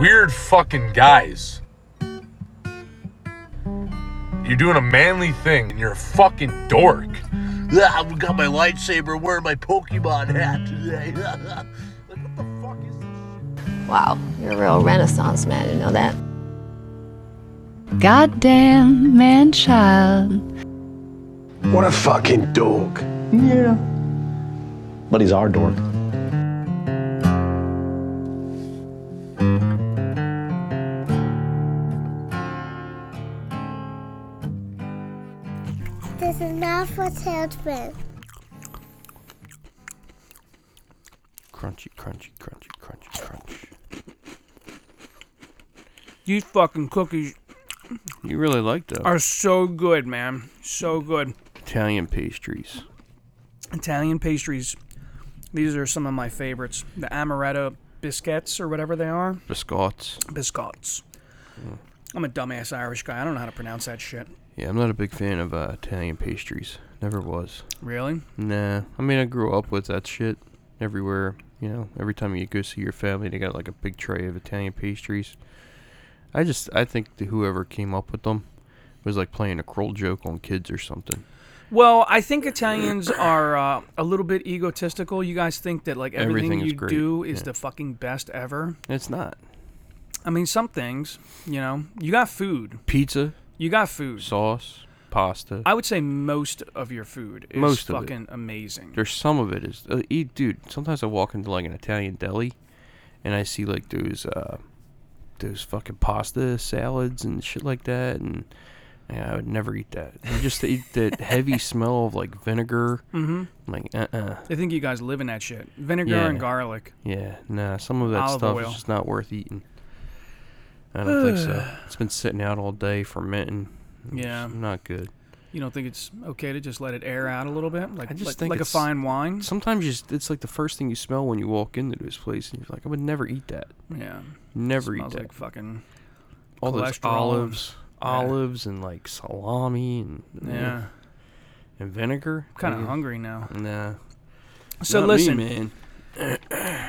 weird fucking guys. You're doing a manly thing and you're a fucking dork. Ah, I got my lightsaber wearing my Pokemon hat today. like, what the fuck is this? Wow, you're a real renaissance man, you know that? Goddamn man child. What a fucking dork. Yeah. But he's our dork. This is not for children. Crunchy, crunchy, crunchy, crunchy, crunch. These fucking cookies You really like those are so good, man. So good. Italian pastries. Italian pastries. These are some of my favorites. The amaretto biscuits or whatever they are. Biscottes. Biscottes. Hmm. I'm a dumbass Irish guy. I don't know how to pronounce that shit. Yeah, I'm not a big fan of uh, Italian pastries. Never was. Really? Nah. I mean, I grew up with that shit everywhere. You know, every time you go see your family, they got like a big tray of Italian pastries. I just, I think the, whoever came up with them was like playing a cruel joke on kids or something. Well, I think Italians are uh, a little bit egotistical. You guys think that like everything, Everything is you great, do is yeah. the fucking best ever. It's not. I mean, some things, you know, you got food. Pizza, You got food. sauce, pasta. I would say most of your food is Most of it. fucking amazing. There's some of it is, uh, e- dude. Sometimes I walk into like an Italian deli, and I see like those, uh, those fucking pasta salads and shit like that, and yeah, I would never eat that. You just eat that heavy smell of like vinegar. Mm-hmm. Like, uh, uh I think you guys live in that shit. Vinegar Yeah. and garlic. yeah, nah. Some of that Olive stuff oil. is just not worth eating. I don't think so. It's been sitting out all day fermenting. It's Yeah. not good. You don't think it's okay to just let it air out a little bit, like I just like, think like a it's- fine wine? Sometimes you just, it's like the first thing you smell when you walk into this place, and you're like, I would never eat that. Yeah, Never eat smells that. like fucking all those cholesterol and- olives, yeah. olives and like salami and uh, yeah. and vinegar. Kind of Mm, hungry now. Nah. So Not me, listen, man.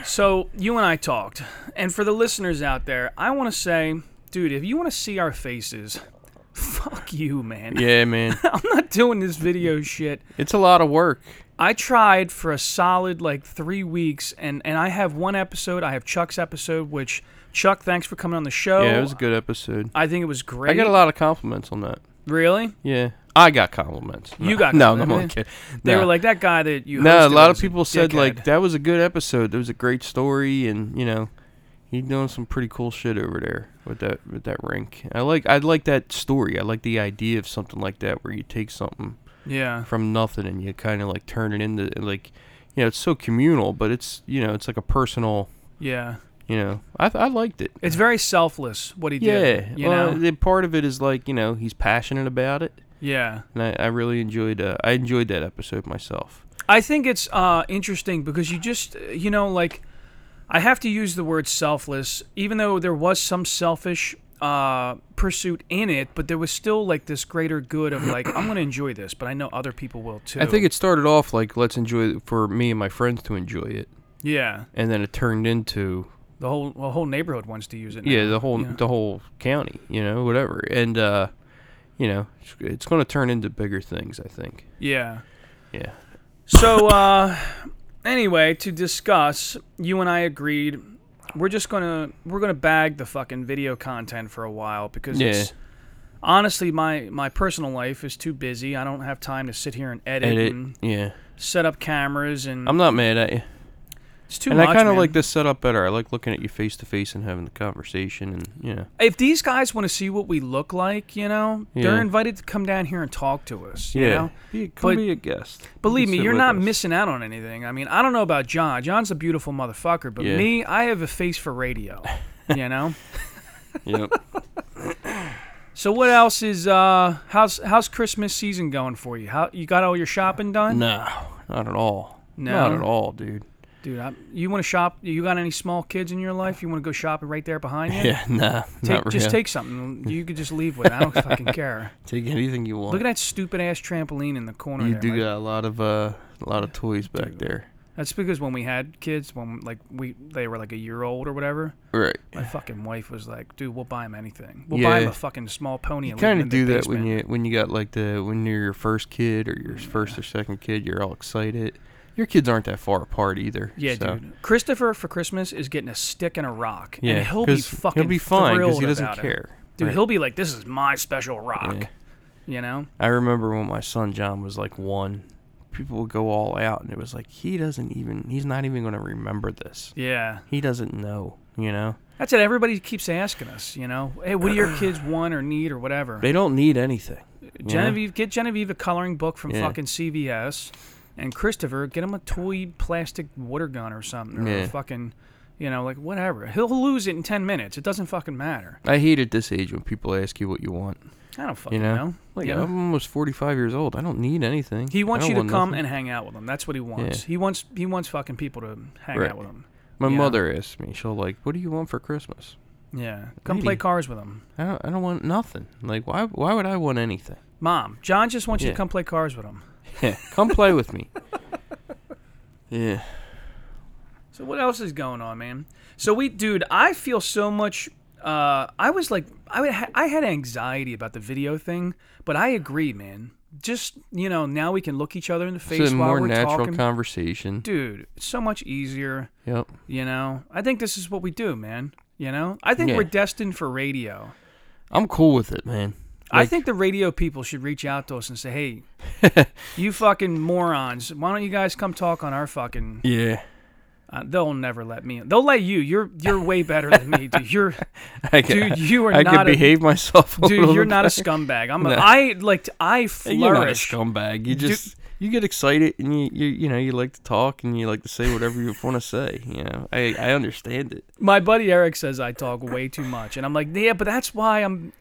So you and I talked, and for the listeners out there, I want to say, dude, if you want to see our faces, fuck you, man. Yeah, man. I'm not doing this video shit. it's a lot of work. I tried for a solid like three weeks, and and I have one episode. I have Chuck's episode, which Chuck, thanks for coming on the show. Yeah, it was a good episode. I think it was great. I got a lot of compliments on that. Really? Yeah, I got compliments. You No- got no, no, compliments. I'm kidding. They No. were like that guy that you. no. A hosted lot of was people said like dickhead." that was a good episode. There was a great story, and you know, he doing some pretty cool shit over there with that with that rink. I like I like that story. I like the idea of something like that where you take something Yeah. from nothing and you kind of like turn it into like you know it's so communal but it's you know it's like a personal Yeah. you know i, th- I liked it It's very selfless what he yeah did. You well, know. the part of it is like you know he's passionate about it yeah. and i, I really enjoyed uh, i enjoyed that episode myself I think it's uh, interesting because you just, uh, you know, like, I have to use the word selfless, even though there was some selfish uh, pursuit in it, but there was still, like, this greater good of, like, I'm going to enjoy this, but I know other people will too. i think it started off like let's enjoy it for me and my friends to enjoy it Yeah. and then it turned into The whole well, whole neighborhood wants to use it. now, yeah the whole you know? the whole county you know whatever and uh you know it's, it's going to turn into bigger things i think Yeah. yeah So, uh, anyway, to discuss, you and I agreed we're just gonna we're gonna bag the fucking video content for a while because Yeah. it's honestly my my personal life is too busy. I don't have time to sit here and edit, edit and yeah set up cameras and i'm not mad at you it's too and much. I kind of man. like this setup better. I like looking at you face to face and having the conversation, and you know, If these guys want to see what we look like, you know, Yeah. they're invited to come down here and talk to us. You know? be, come But be a guest. Believe You me, sit you're with not us. missing out on anything. I mean, I don't know about John. John's a beautiful motherfucker, but Yeah. me, I have a face for radio. you know. Yep. So what else is uh how's how's Christmas season going for you? How you got all your shopping done? no, not at all. No? Not at all, dude. Dude, I, you want to shop? You got any small kids in your life? You want to go shopping right there behind you? Yeah, nah. Take, not just really. take something. You could just leave with. it. I don't fucking care. take anything you want. Look at that stupid ass trampoline in the corner. You there. do Like, got a lot of uh, a lot of toys back there. That's because when we had kids, when like we they were like a year old or whatever, Right. my fucking wife was like, "Dude, we'll buy him anything. We'll buy him Yeah. a fucking small pony." You and leave him kind in of the do that when basement." you when you got like the when you're your first kid or your first or second kid, you're all excited. Your kids aren't that far apart either. Yeah, so. dude. Christopher for Christmas is getting a stick and a rock, Yeah, and he'll be 'cause fucking he'll be fine because he doesn't about it. care. Dude, Right. he'll be like, "This is my special rock," Yeah. you know. I remember when my son John was like one, people would go all out, and it was like he doesn't even he's not even going to remember this. Yeah, He doesn't know, you know. that's it. Everybody keeps asking us, you know, "Hey, what do your kids want or need or whatever?" They don't need anything. you Uh, know? Genevieve, get Genevieve a coloring book from Yeah. fucking CVS, and Christopher, get him a toy plastic water gun or something, or Yeah. a fucking, you know, like whatever. He'll lose it in ten minutes. It doesn't fucking matter. I hate at this age when people ask you what you want. I don't fucking You know, know. like you know? I'm almost 45 years old. I don't need anything. He wants I you don't to want come nothing. and hang out with him. That's what he wants. Yeah. He wants he wants fucking people to hang Right. out with him. My you know. mother asked me. She'll like, "What do you want for Christmas?" Yeah. Come Really? play cars with him. I don't, I don't want nothing. Like, why? Why would I want anything? Mom, John just wants you Yeah. to come play cars with him. Yeah, come play with me. Yeah. So what else is going on, man? So we, dude, I feel so much. Uh, I was like, I would ha- I had anxiety about the video thing, but I agree, man. Just you know, now we can look each other in the face It's a while more we're natural talking. conversation. dude, it's so much easier. Yep. You know, I think this is what we do, man. You know, I think Yeah. we're destined for radio. I'm cool with it, man. I Like, think the radio people should reach out to us and say, "Hey, you fucking morons! Why don't you guys come talk on our fucking?" Yeah. Uh, they'll never let me. They'll let you. You're you're way better than me, dude. You're I can, Dude, you are I not could a- behave myself. A dude. little You're bit not a better. scumbag. I'm. A, No. I like. I Hey, You're not a flourish. scumbag. You just you get excited and you, you you know you like to talk and you like to say whatever you want to say. You know, I I understand it. My buddy Eric says I talk way too much, and I'm like, yeah, but that's why I'm.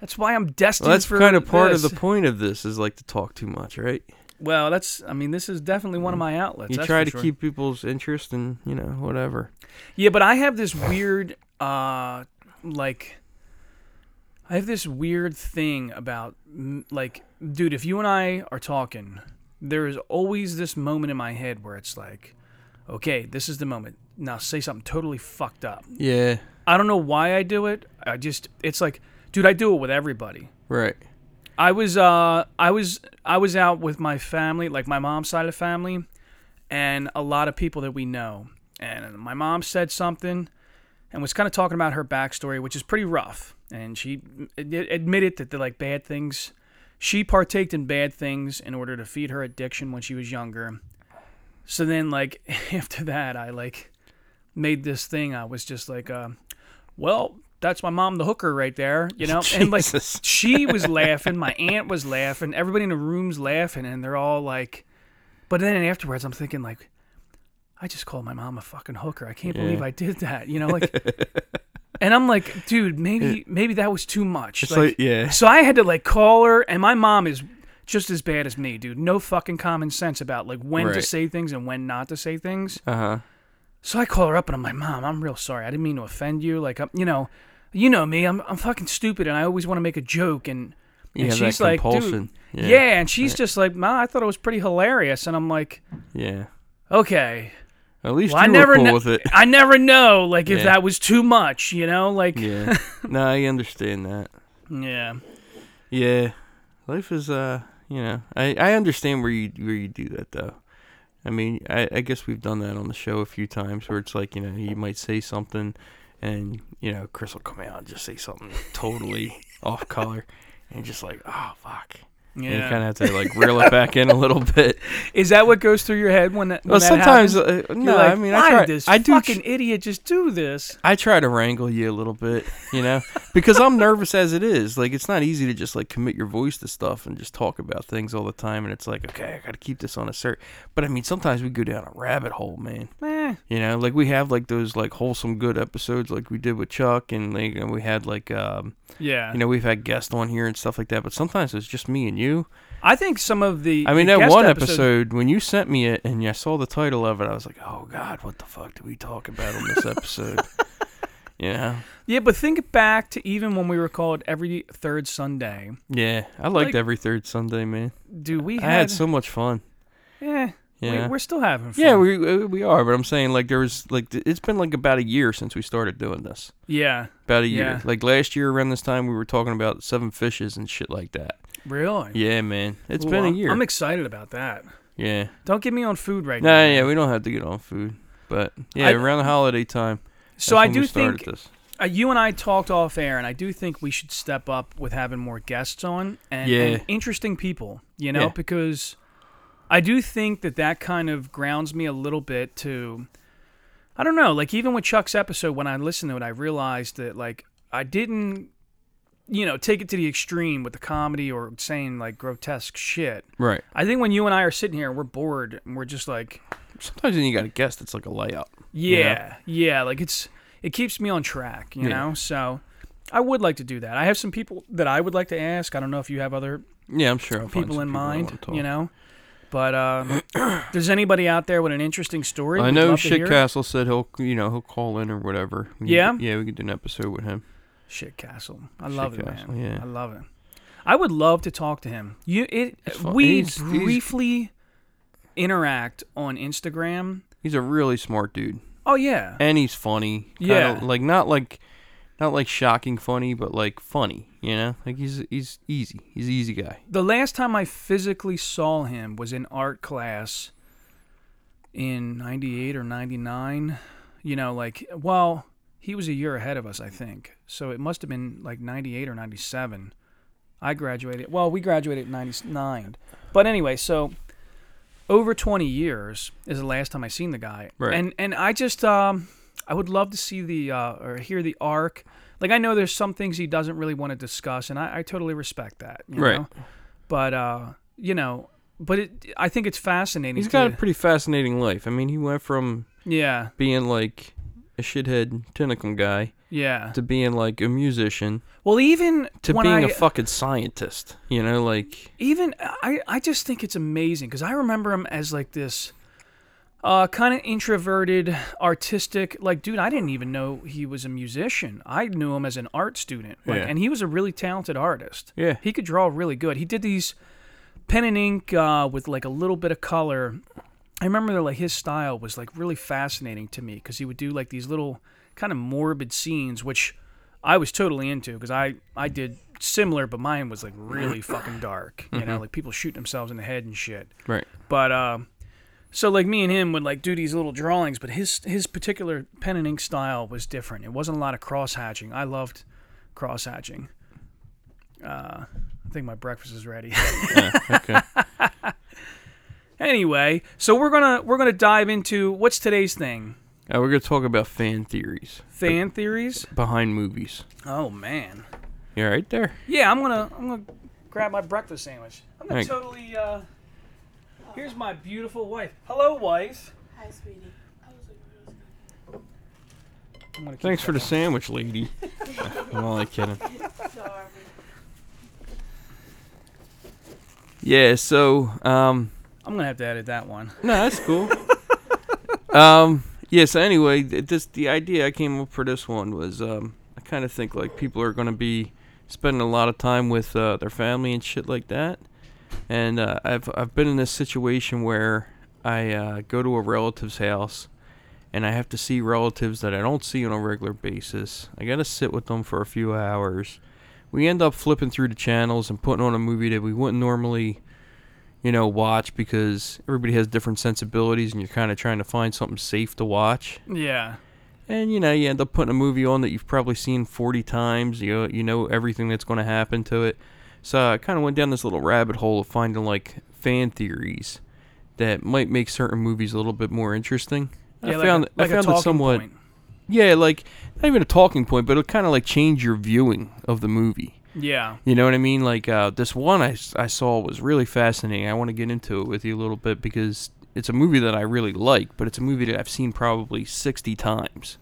That's why I'm destined Well, that's for kind of part this." of the point of this is like to talk too much, right? Well, that's. I mean, this is definitely one of my outlets. Mm. You that's try for to sure. keep people's interest and you know whatever. Yeah, but I have this weird, uh, like, I have this weird thing about, mm, like, dude, if you and I are talking, there is always this moment in my head where it's like, okay, this is the moment. Now say something totally fucked up. Yeah. I don't know why I do it. I just, it's like, dude, I do it with everybody. Right. I was uh I was I was out with my family, like my mom's side of the family, and a lot of people that we know. And my mom said something and was kind of talking about her backstory, which is pretty rough. And she ad- admitted that they're like bad things. She partaked in bad things in order to feed her addiction when she was younger. So then, like after that, I like made this thing. I was just like, uh, well, that's my mom, the hooker, right there, you know. And like Jesus. she was laughing, my aunt was laughing, everybody in the room's laughing, and they're all like. But then afterwards, I'm thinking like, I just called my mom a fucking hooker. I can't believe I did that, you know, like. And I'm like, dude, maybe maybe that was too much. It's like, yeah. So I had to like call her, and my mom is just as bad as me, dude. No fucking common sense about like when to Right. say things and when not to say things. Uh huh. So I call her up and I'm like, Mom, I'm real sorry. I didn't mean to offend you. Like, I'm, you know, you know me. I'm, I'm fucking stupid and I always want to make a joke. And, You and have that she's like, Dude, compulsion. yeah. Yeah. And she's just like, Ma, I thought it was pretty hilarious. And I'm like, Yeah. Okay. At least Well, I you never were cool know. with it. I never know, like, if Yeah. that was too much, you know? Like, yeah. No, I understand that. yeah. Yeah, life is uh, you know, I I understand where you where you do that though. I mean, I I guess we've done that on the show a few times where it's like you know you might say something, and you know Chris will come out and just say something totally off color, and just like oh fuck. And you Yeah. kind of have to like reel it back in a little bit. Is that what goes through your head when that? When Well, that sometimes happens? uh, You're no, like, I mean why I try. did this I do. tr- fucking idiot just do this? I try to wrangle you a little bit, you know, because I'm nervous as it is. Like, it's not easy to just like commit your voice to stuff and just talk about things all the time. And it's like, okay, I got to keep this on a cert. But I mean, sometimes we go down a rabbit hole, man. Eh, You know, like we have like those like wholesome good episodes, like we did with Chuck, and like and we had like, um, yeah. you know, we've had guests on here and stuff like that. But sometimes it's just me and you. I think some of the. I mean, the that guest one episodes- episode when you sent me it and I saw the title of it, I was like, oh god, what the fuck did we talk about on this episode? You know. Yeah, but think back to even when we were called every third Sunday. Yeah, I liked Like- every third Sunday, man. Dude, we I had, had so much fun. eh, Yeah. We, are still having fun. yeah, we uh, we are, but I'm saying like there was like th- it's been like about a year since we started doing this. yeah. About a year. Yeah. Like last year around this time we were talking about seven fishes and shit like that. Really? Yeah, man. it's It's been a year. I'm excited about that. yeah. Don't get me on food right now. Nah, yeah, we don't have to get on food, but yeah, I- around the holiday time. So that's I when do we started think this. uh, you and I talked off air, and I do think we should step up with having more guests on and, Yeah. and interesting people, you know, Yeah. because I do think that that kind of grounds me a little bit to, I don't know, like even with Chuck's episode, when I listened to it, I realized that like I didn't, you know, take it to the extreme with the comedy or saying like grotesque shit. Right. I think when you and I are sitting here, and we're bored and we're just like, Sometimes when you got a guest, it's like a layout. yeah, yeah. Like it's it keeps me on track, you Yeah. know. So I would like to do that. I have some people that I would like to ask. I don't know if you have other Yeah, I'm sure. I'll people find some in I mind, wanna talk. you know. But uh, if there's anybody out there with an interesting story? I we'd know love to hear it. Shitcastle said he'll, you know, he'll call in or whatever. We could- Yeah? yeah, we could do an episode with him. Shit Castle. I love it, Shitcastle, man. yeah. I love it. I would love to talk to him. You, it. fun. We He's- he's- briefly interact on Instagram. He's a really smart dude, Oh yeah, and he's funny. Yeah. kinda, like not like, not like shocking funny, but like funny. You know, like he's he's easy. He's an easy guy. the last time I physically saw him was in art class in 98 or 99. You know, like, well, he was a year ahead of us, I think. So it must have been like 98 or 97. I graduated. Well, we graduated in 99. But anyway, so over 20 years is the last time I seen the guy. Right. And and I just um I would love to see the uh, or hear the arc. Like I know there's some things he doesn't really want to discuss, and I, I totally respect that. You Right. Know? But uh, you know, but it, I think it's fascinating. He's got a to- pretty fascinating life. I mean, he went from yeah, being like a shithead Tinicum guy yeah. to being like a musician Well, even to when being I, a fucking scientist. You know, like even I, I just think it's amazing because I remember him as like this uh, kind of introverted, artistic. Like, dude, I didn't even know he was a musician. I knew him as an art student, like, Yeah. and he was a really talented artist. Yeah. he could draw really good. He did these pen and ink uh, with like a little bit of color. I remember like his style was like really fascinating to me because he would do like these little kind of morbid scenes, which I was totally into because I I did similar, but mine was like really fucking dark. You know, like people shooting themselves in the head and shit. right. But uh, so like me and him would like do these little drawings, but his his particular pen and ink style was different. It wasn't a lot of cross hatching. I loved cross hatching. Uh, I think my breakfast is ready. Okay. anyway, so we're gonna we're gonna dive into what's today's thing: Uh, we're gonna talk about fan theories fan theories. behind movies. Oh man, You all right there? yeah, I'm gonna I'm gonna grab my breakfast sandwich. I'm gonna Thank- totally. Uh, here's my beautiful wife. Hello, wife. I'm gonna keep Thanks for that the sandwich, lady. I'm only kidding. Yeah, so um one. I'm gonna have to edit that one. no, that's cool. um yeah, so anyway, th- this the idea I came up for this one was um I kind of think like people are going to be spending a lot of time with uh, their family and shit like that. And uh, I've I've been in this situation where I uh, go to a relative's house and I have to see relatives that I don't see on a regular basis. I got to sit with them for a few hours. We end up flipping through the channels and putting on a movie that we wouldn't normally, you know, watch because everybody has different sensibilities and you're kind of trying to find something safe to watch. Yeah. And you know, you end up putting a movie on that you've probably seen 40 times. You know, you know everything that's going to happen to it. So I kind of went down this little rabbit hole of finding like fan theories that might make certain movies a little bit more interesting. Yeah, I like a- found like a I found it talking somewhat point. yeah, like not even a talking point, but it'll kind of like change your viewing of the movie. Yeah. You know what I mean? Like uh, this one I, s- I saw was really fascinating. I want to get into it with you a little bit because it's a movie that I really like, but it's a movie that I've seen probably 60 times.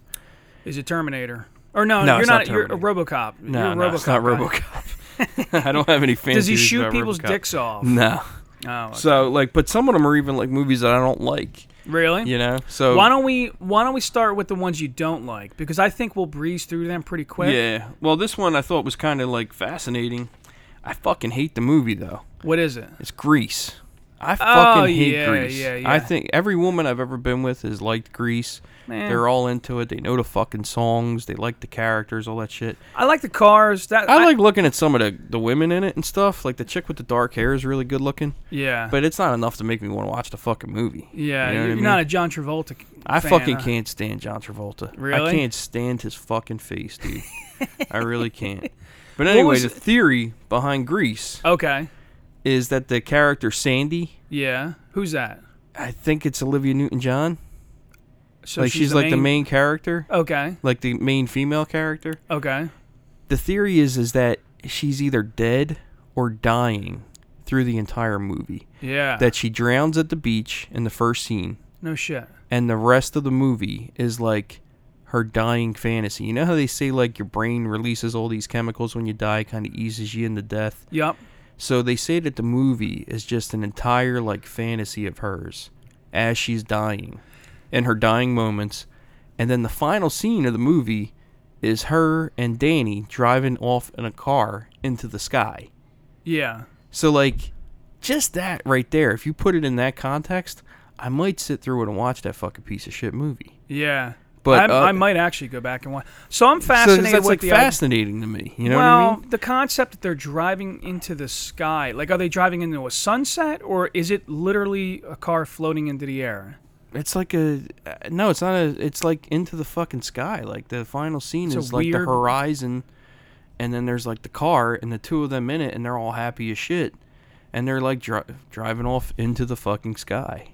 Is it Terminator? Or no, No, you're it's not. not you're a RoboCop. No, you're a no, it's not guy. RoboCop. I don't have any fancy. Does he shoot people's dicks off? No. Oh, okay. So like, but some of them are even like movies that I don't like. really? You know. So Why don't we Why don't we start with the ones you don't like? Because I think we'll breeze through them pretty quick. Yeah. Well, this one I thought was kind of like fascinating. I fucking hate the movie though. What is it? It's Grease. I fucking hate Oh, yeah, grease. yeah, I yeah. think every woman I've ever been with has liked grease. Man. They're all into it. They know the fucking songs. They like the characters, all that shit. I like the cars. That I, like looking at some of the, the women in it and stuff. Like the chick with the dark hair is really good looking, Yeah. but it's not enough to make me want to watch the fucking movie. yeah, you know you're what I mean? not a John Travolta. I fan, fucking huh? can't stand John Travolta. I Really? can't stand his fucking face, dude. I really can't. But anyway, was the it- theory behind Grease Okay. is that the character Sandy, Yeah. Who's that? I think it's Olivia Newton John. So Like she's, like the main character, Okay. like the main female character. Okay. The theory is is that she's either dead or dying through the entire movie. Yeah. That she drowns at the beach in the first scene. no shit. and the rest of the movie is like her dying fantasy. You know how they say like your brain releases all these chemicals when you die, kind of eases you into death. Yup. So they say that the movie is just an entire like fantasy of hers as she's dying in her dying moments. And then the final scene of the movie is her and Danny driving off in a car into the sky. Yeah. So like just that right there, if you put it in that context, I might sit through it and watch that fucking piece of shit movie. Yeah. But, I'm- uh, I might actually go back and watch. So I'm So fascinated that's with like the idea- fascinating to me. You know well, what I mean? the concept that they're driving into the sky, like are they driving into a sunset or is it literally a car floating into the air? It's like a uh, no, it's not a. It's like into the fucking sky. Like the final scene It's a is like the weird- horizon, and then there's like the car and the two of them in it, and they're all happy as shit, and they're like dri- driving off into the fucking sky.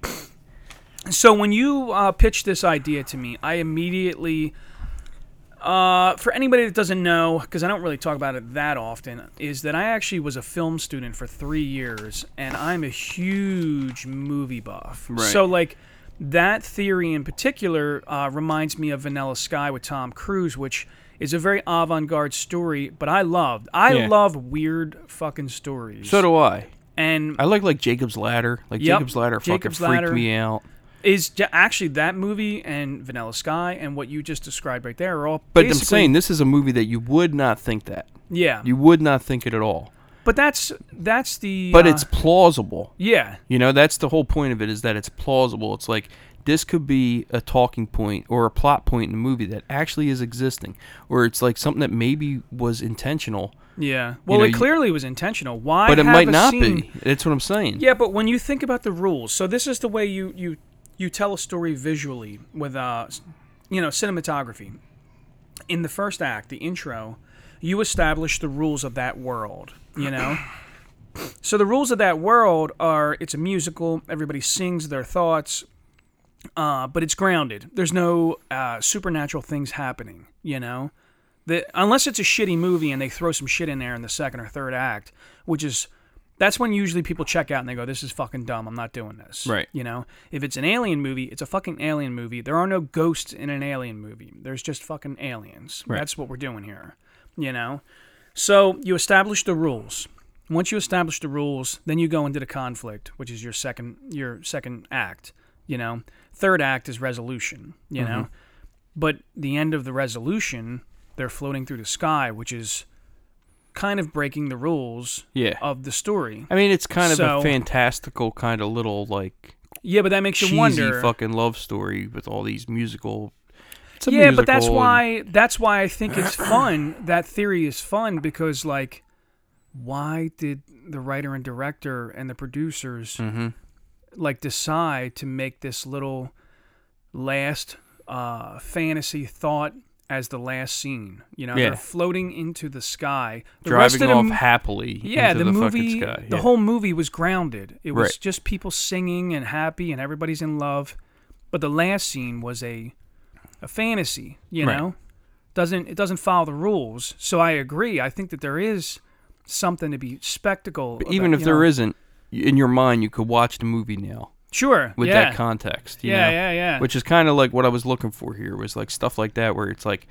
So when you uh, pitched this idea to me, I immediately, uh, for anybody that doesn't know, because I don't really talk about it that often, is that I actually was a film student for three years, and I'm a huge movie buff. Right. So like that theory in particular uh, reminds me of Vanilla Sky with Tom Cruise, which is a very avant-garde story, but I loved. I Yeah. love weird fucking stories. So do I. and I like like Jacob's Ladder. Like Yep, Jacob's Ladder Jacob's fucking Ladder. freaked me out. is j- actually that movie and Vanilla Sky and what you just described right there are all. But I'm basically- saying this is a movie that you would not think that. yeah. You would not think it at all. but that's that's the. But uh, it's plausible. yeah, You know, that's the whole point of it is that it's plausible. It's like this could be a talking point or a plot point in the movie that actually is existing, or it's like something that maybe was intentional, yeah. Well, know, it you- clearly was intentional. Why? but it have might a not scene- be. That's what I'm saying. Yeah, but when you think about the rules, so this is the way you you you tell a story visually with uh, s- you know, cinematography. In the first act, the intro, you establish the rules of that world. You know. So the rules of that world are it's a musical, everybody sings their thoughts, uh, but it's grounded. There's no uh, supernatural things happening, you know? The, unless it's a shitty movie and they throw some shit in there in the second or third act, which is that's when usually people check out and they go, "This is fucking dumb. I'm not doing this." Right. You know, if it's an alien movie, it's a fucking alien movie. There are no ghosts in an alien movie. There's just fucking aliens. That's what we're doing here. You know, so you establish the rules. Once you establish the rules, then you go into the conflict, which is your second your second act. You know, third act is resolution. You know, Mm-hmm. but the end of the resolution, they're floating through the sky, which is kind of breaking the rules Yeah. of the story. I mean, it's kind of So- a fantastical kind of little like Yeah, but that makes cheesy you wonder. fucking love story with all these musical. It's a yeah, but that's musical and- why that's why I think it's fun. that theory is fun because like why did the writer and director and the producers Mm-hmm. like decide to make this little last uh, fantasy thought as the last scene? You know, Yeah. they're floating into the sky. The rest driving of the off m- happily. Yeah, into the, fucking movie, sky. the Yeah. whole movie was grounded. It was Right. just people singing and happy and everybody's in love. But the last scene was a a fantasy, you Right. know? Doesn't it doesn't follow the rules. So I agree. I think that there is something to be spectacle. But even if there isn't, y- in your mind, you could watch the movie now. sure with yeah. that context. you Yeah, know? yeah, yeah. Which is kind of like what I was looking for here was like stuff like that where it's like,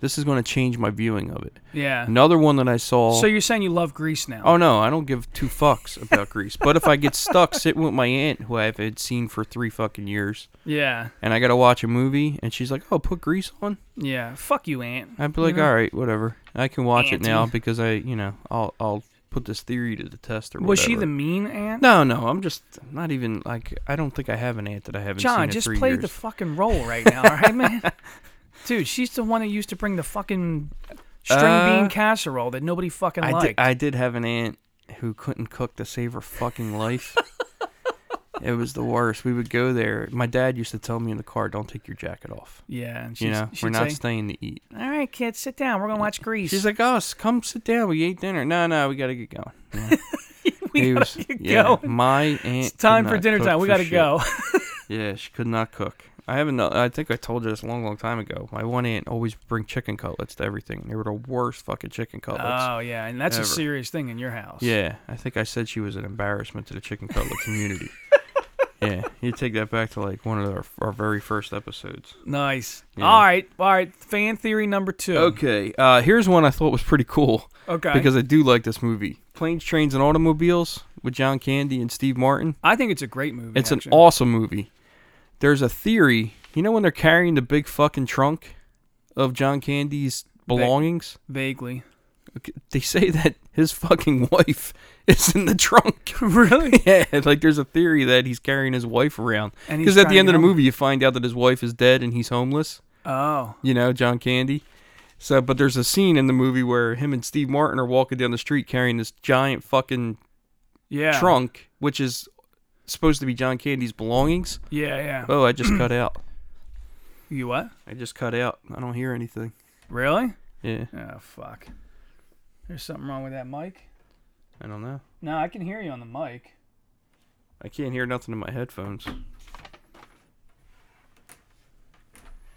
this is going to change my viewing of it. Yeah. Another one that I saw. So you're saying you love Greece now? oh no, I don't give two fucks about Greece. But if I get stuck sitting with my aunt who I've had seen for three fucking years, yeah, and I got to watch a movie, and she's like, "Oh, put Greece on," yeah. Fuck you, Aunt. I'd be like, "All right, whatever. I can watch it now Auntie. because I, you know, I'll I'll put this theory to the test or Was she whatever. the mean aunt? No, no, I'm just not even like I don't think I have an aunt that I haven't seen John, in just three play years. the fucking role right now, all right, man? Dude, she's the one that used to bring the fucking string Uh, bean casserole that nobody fucking I liked. did, I did have an aunt who couldn't cook to save her fucking life. it was the worst. We would go there. My dad used to tell me in the car, "Don't take your jacket off." yeah, and she's, You know, she'd we're not say, staying to eat. all right, kids, sit down. We're gonna watch Grease. She's like, "Us, come sit down. We ate dinner." No, no, we gotta get going. Yeah. we He gotta was- get yeah, going. My aunt. It's time could for not dinner cook time. We for gotta shit. go. Yeah, she could not cook. I haven't. I think I told you this a long, long time ago. My one aunt always bring chicken cutlets to everything. They were the worst fucking chicken cutlets. oh yeah, and that's Ever. a serious thing in your house. Yeah, I think I said she was an embarrassment to the chicken cutlet community. yeah, you take that back to like one of our, our very first episodes. Nice. Yeah. All right, all right. Fan theory number two. Okay, uh, here's one I thought was pretty cool Okay. because I do like this movie, Planes, Trains, and Automobiles with John Candy and Steve Martin. I think it's a great movie. It's actually. an awesome movie. There's a theory. You know when they're carrying the big fucking trunk of John Candy's belongings? vaguely. Okay, They say that his fucking wife is in the trunk. really? yeah, like there's a theory that he's carrying his wife around. And he's Because at trying the to end get of the home. movie, you find out that his wife is dead and he's homeless. Oh, You know, John Candy. So, but there's a scene in the movie where him and Steve Martin are walking down the street carrying this giant fucking yeah. trunk, which is supposed to be John Candy's belongings. Yeah, yeah. Oh, I just cut out. You what? I just cut out. I don't hear anything. Really? Yeah, Oh fuck. There's something wrong with that mic. I don't know. No, I can hear you on the mic. I can't hear nothing in my headphones.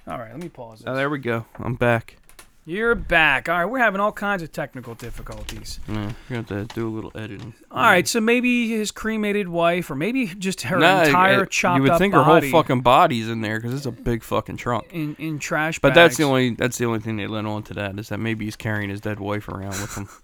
All right, let me pause this. Oh, there we go. I'm back. You're back. All right, we're having all kinds of technical difficulties. Yeah, you're gonna have to do a little editing. All right, so maybe his cremated wife, or maybe just her Nah, entire I- chopped You would up think body her whole fucking body's in there because it's a big fucking trunk. in, in trash But that's the bags. only that's the only thing they let on to that is that maybe he's carrying his dead wife around with him.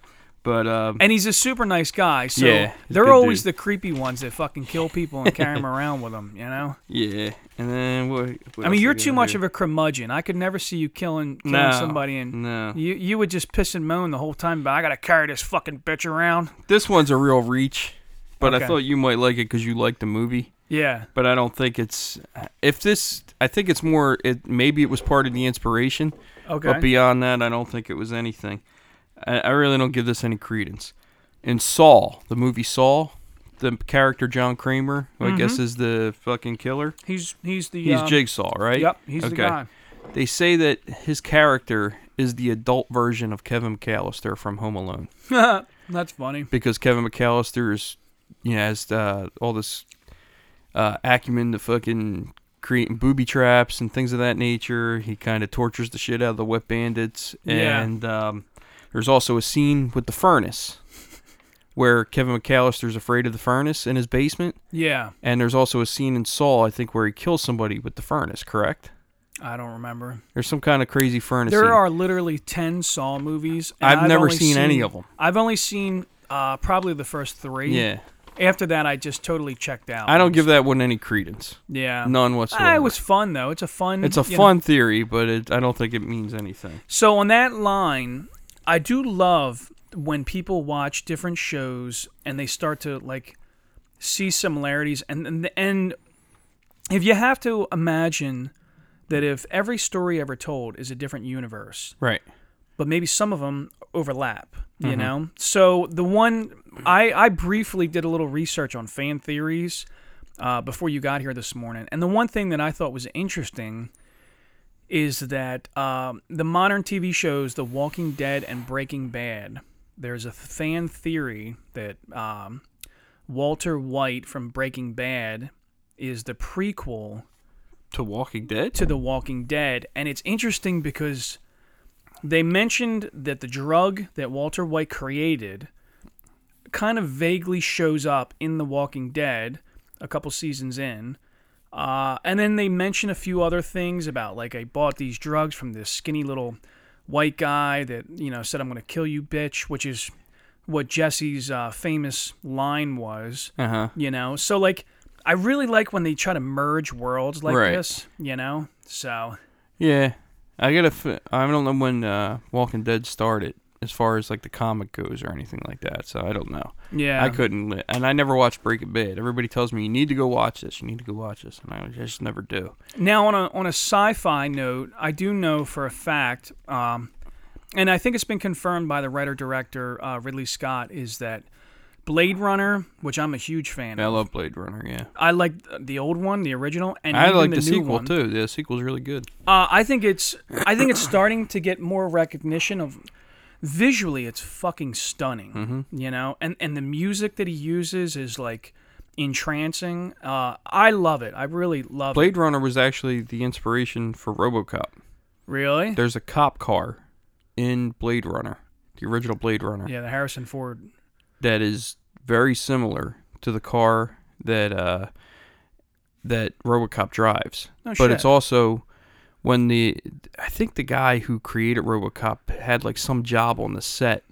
But um, And he's a super nice guy, so Yeah, he's a they're good always dude. the creepy ones that fucking kill people and carry them around with them. You know, yeah, and then what? what I mean, you're too much of a curmudgeon. I could never see you killing, killing no, somebody, and no. you you would just piss and moan the whole time. But I gotta carry this fucking bitch around. This one's a real reach, but I Okay. thought you might like it because you like the movie. Yeah, But I don't think it's if this. I think it's more. It maybe it was part of the inspiration, okay. but beyond that, I don't think it was anything. I, I really don't give this any credence. In Saul, the movie Saul, the character John Kramer, who I Mm-hmm. guess is the fucking killer. he's he's the He's um, Jigsaw, right? Yep, he's the guy. They say that his character is the adult version of Kevin McAllister from Home Alone That's funny. because Kevin McAllister is, you know, has uh, all this uh, acumen to fucking creating booby traps and things of that nature. He kind of tortures the shit out of the wet bandits. Yeah. And um, there's also a scene with the furnace where Kevin McAllister's afraid of the furnace in his basement. Yeah, And there's also a scene in Saul, I think, where he kills somebody with the furnace, correct? I don't remember. There's some kind of crazy furnace. There scene. are literally ten Saw movies. and I've never only seen any of 'em. I've only seen uh, probably the first three. Yeah. After that, I just totally checked out. I don't give that one any credence. Yeah. None whatsoever. Ah, it was fun though. It's a fun. It's a Mm, you know- fun theory, but it, I don't think it means anything. So on that line, I do love when people watch different shows and they start to like see similarities and and, and if you have to imagine that if every story ever told is a different universe, Right. but maybe some of them overlap, you know? So the one I I briefly did a little research on fan theories uh, before you got here this morning, and the one thing that I thought was interesting is that um, the modern TV shows The Walking Dead and Breaking Bad. There's a fan theory that um, Walter White from Breaking Bad is the prequel To Walking Dead? to The Walking Dead, and it's interesting because they mentioned that the drug that Walter White created kind of vaguely shows up in The Walking Dead a couple seasons in. Uh, and then they mention a few other things about like I bought these drugs from this skinny little white guy that you know said I'm gonna kill you, bitch, which is what Jesse's uh, famous line was. uh huh. You know, so like I really like when they try to merge worlds like Right. this. You know, so Yeah. I gotta. F- I don't know when uh, Walking Dead started. as far as like the comic goes or anything like that. So I don't know. Yeah. I couldn't, li- and I never watched Breaking Bad. Everybody tells me you need to go watch this. You need to go watch this, and I just never do. Now, on a on a sci-fi note, I do know for a fact, um, and I think it's been confirmed by the writer director uh, Ridley Scott, is that Blade Runner, which I'm a huge fan I of, love Blade Runner. Yeah, I like the old one, the original, and I even like the, the, new sequel one. too. The sequel's really good. Uh, I think it's I think it's starting to get more recognition of visually it's fucking stunning. Mm-hmm. You know, and and the music that he uses is like entrancing. Uh, I love it. I really love it. Blade Runner was actually the inspiration for RoboCop. Really? There's a cop car in Blade Runner, the original Blade Runner, Yeah, the Harrison Ford. that is very similar to the car that uh, that RoboCop drives. No but it's shit. also when the I think the guy who created RoboCop had like some job on the set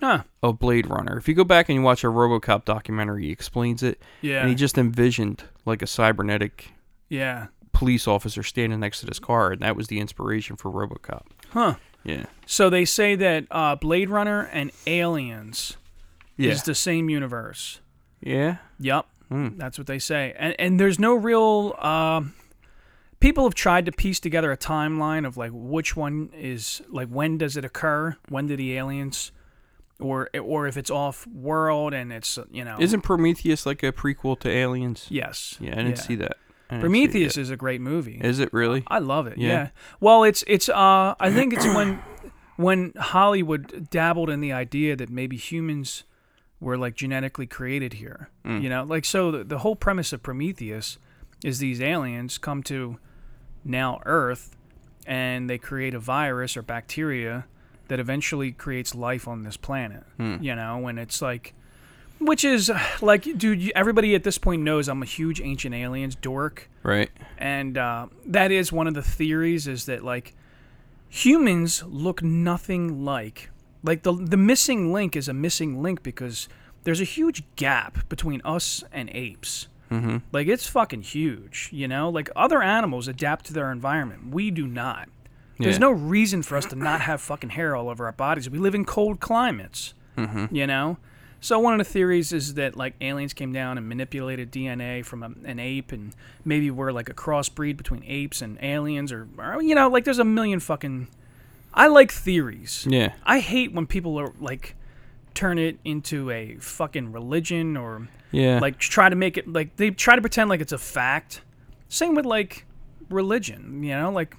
Huh. of Blade Runner. If you go back and you watch a RoboCop documentary, he explains it, Yeah. and he just envisioned like a cybernetic yeah. police officer standing next to this car, and that was the inspiration for RoboCop. Huh. Yeah, So they say that uh, Blade Runner and Aliens yeah, is the same universe. yeah. Yep. Hmm. That's what they say. And and there's no real um people have tried to piece together a timeline of like which one is like when does it occur? When do the aliens or or if it's off world and it's you know Isn't Prometheus like a prequel to Aliens? yes. Yeah, I didn't see that. I didn't see it Prometheus is a great movie. yet. Is it really? I love it. Yeah. Yeah. Well, it's it's uh I think it's when when Hollywood dabbled in the idea that maybe humans were like genetically created here. You know, like so the, the whole premise of Prometheus is these aliens come to now Earth and they create a virus or bacteria that eventually creates life on this planet. You know, when it's like which is like dude you- everybody at this point knows I'm a huge ancient aliens dork Right. and uh, that is one of the theories is that like humans look nothing like like the the missing link is a missing link because there's a huge gap between us and apes mm-hmm. like it's fucking huge you know like other animals adapt to their environment we do not there's Yeah. no reason for us to not have fucking hair all over our bodies we live in cold climates Mm-hmm. you know so one of the theories is that like aliens came down and manipulated DNA from a, an ape, and maybe we're like a crossbreed between apes and aliens, or, or you know, like there's a million fucking. I like theories. Yeah. I hate when people are like turn it into a fucking religion or Yeah. like try to make it like they try to pretend like it's a fact. Same with like religion, you know, like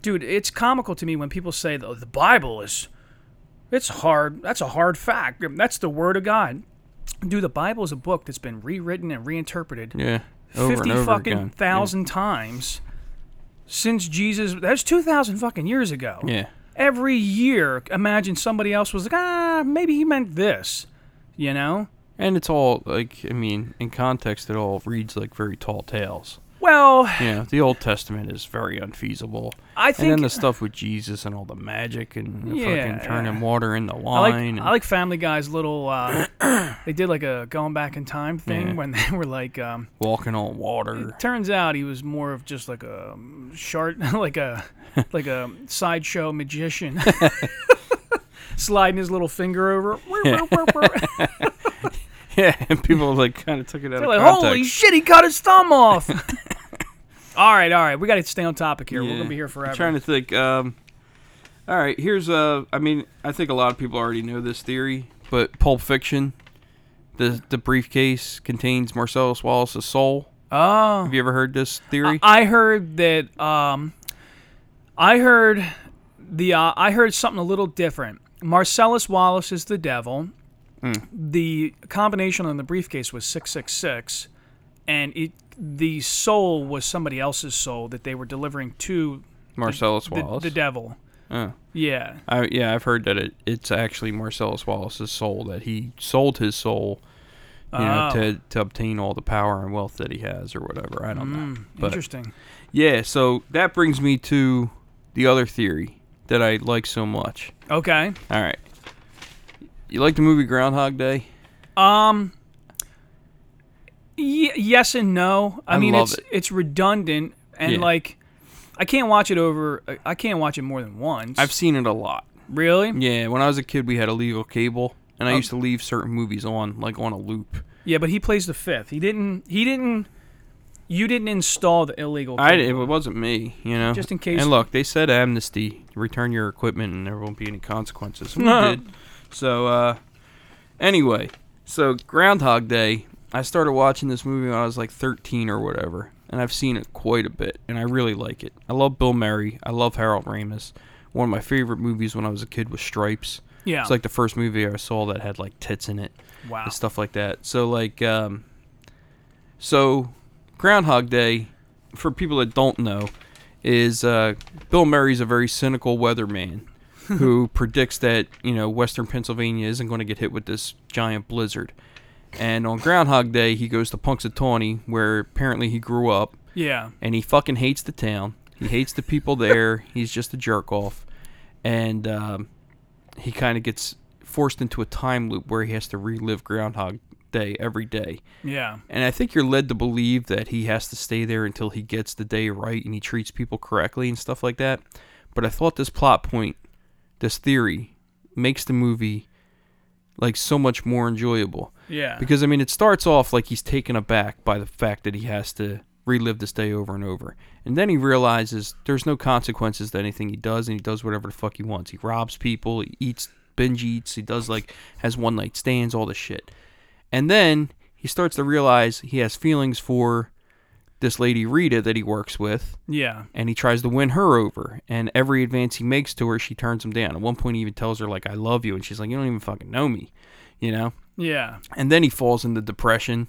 dude, it's comical to me when people say "Oh, the, the Bible is it's hard. That's a hard fact. That's the word of God. Dude, the Bible is a book that's been rewritten and reinterpreted yeah. Over 50 and over fucking again. thousand times since Jesus. That's 2,000 fucking years ago Yeah. yeah. every year imagine somebody else was like ah maybe he meant this you know And it's all like I mean, in context, it all reads like very tall tales. well Yeah, the Old Testament is very unfeasible. I and then think- the stuff with Jesus and all the magic and the Yeah. fucking turning water into I wine. like, and, I like Family Guy's little. Uh, they did like a going back in time thing Yeah. when they were like. Um, walking on water. turns out he was more of just like a um, short, like a like a sideshow magician, sliding his little finger over. They're yeah, and people like kind of took it out of like, context. holy shit, he cut his thumb off. all right, all right, we got to stay on topic here. We're gonna be here forever. I'm trying to think. Um, all right, here's uh, I mean, I think a lot of people already know this theory, but Pulp Fiction, the the briefcase contains Marcellus Wallace's soul. oh, Uh, Have you ever heard this theory? I heard that. Um, I heard the. Uh, I heard something a little different. Marcellus Wallace is the devil. Hmm. The combination on the briefcase was six six six, and it the soul was somebody else's soul that they were delivering to Marcellus the, Wallace. the devil. Oh. Yeah. I, yeah, I've heard that it, it's actually Marcellus Wallace's soul that he sold his soul, you know, Oh. to to obtain all the power and wealth that he has or whatever. I don't know. But Hmm, Interesting. yeah, so that brings me to the other theory that I like so much. Okay. All right. You like the movie Groundhog Day? Y- yes and no. I, I mean, love it's it. it's redundant and Yeah. like. I can't watch it over. I- I can't watch it more than once. I've seen it a lot. Really? Yeah, when I was a kid, we had illegal cable, and I used to leave certain movies on, like on a loop. Yeah, but he plays the fifth. He didn't. He didn't. You didn't install the illegal. I cable. it wasn't me, you know. Just in case- And look, they said amnesty, return your equipment, and there won't be any consequences. And we did. So uh, anyway, so Groundhog Day. I started watching this movie when I was like 13 or whatever, and I've seen it quite a bit, and I really like it. I love Bill Murray. I love Harold Ramis. One of my favorite movies when I was a kid was Stripes. Yeah. It's like the first movie I saw that had like tits in it wow. and stuff like that. So like, um, so Groundhog Day, for people that don't know, is uh, Bill Murray's a very cynical weatherman who predicts that you know Western Pennsylvania isn't going to get hit with this giant blizzard. And on Groundhog Day, he goes to Punxsutawney, where apparently he grew up, Yeah. and he fucking hates the town. He hates the people there. He's just a jerk off, and um, he kind of gets forced into a time loop where he has to relive Groundhog Day every day. Yeah. And I think you're led to believe that he has to stay there until he gets the day right and he treats people correctly and stuff like that. But I thought this plot point, this theory, makes the movie like so much more enjoyable. Yeah. Because I mean, it starts off like he's taken aback by the fact that he has to relive this day over and over, and then he realizes there's no consequences to anything he does, and he does whatever the fuck he wants. He robs people, he eats, binge eats, he does like has one night stands, all this shit, and then he starts to realize he has feelings for this lady Rita that he works with, yeah. and he tries to win her over. And every advance he makes to her, she turns him down. At one point, he even tells her like "I love you," and she's like, "You don't even fucking know me," you know. Yeah. And then he falls into depression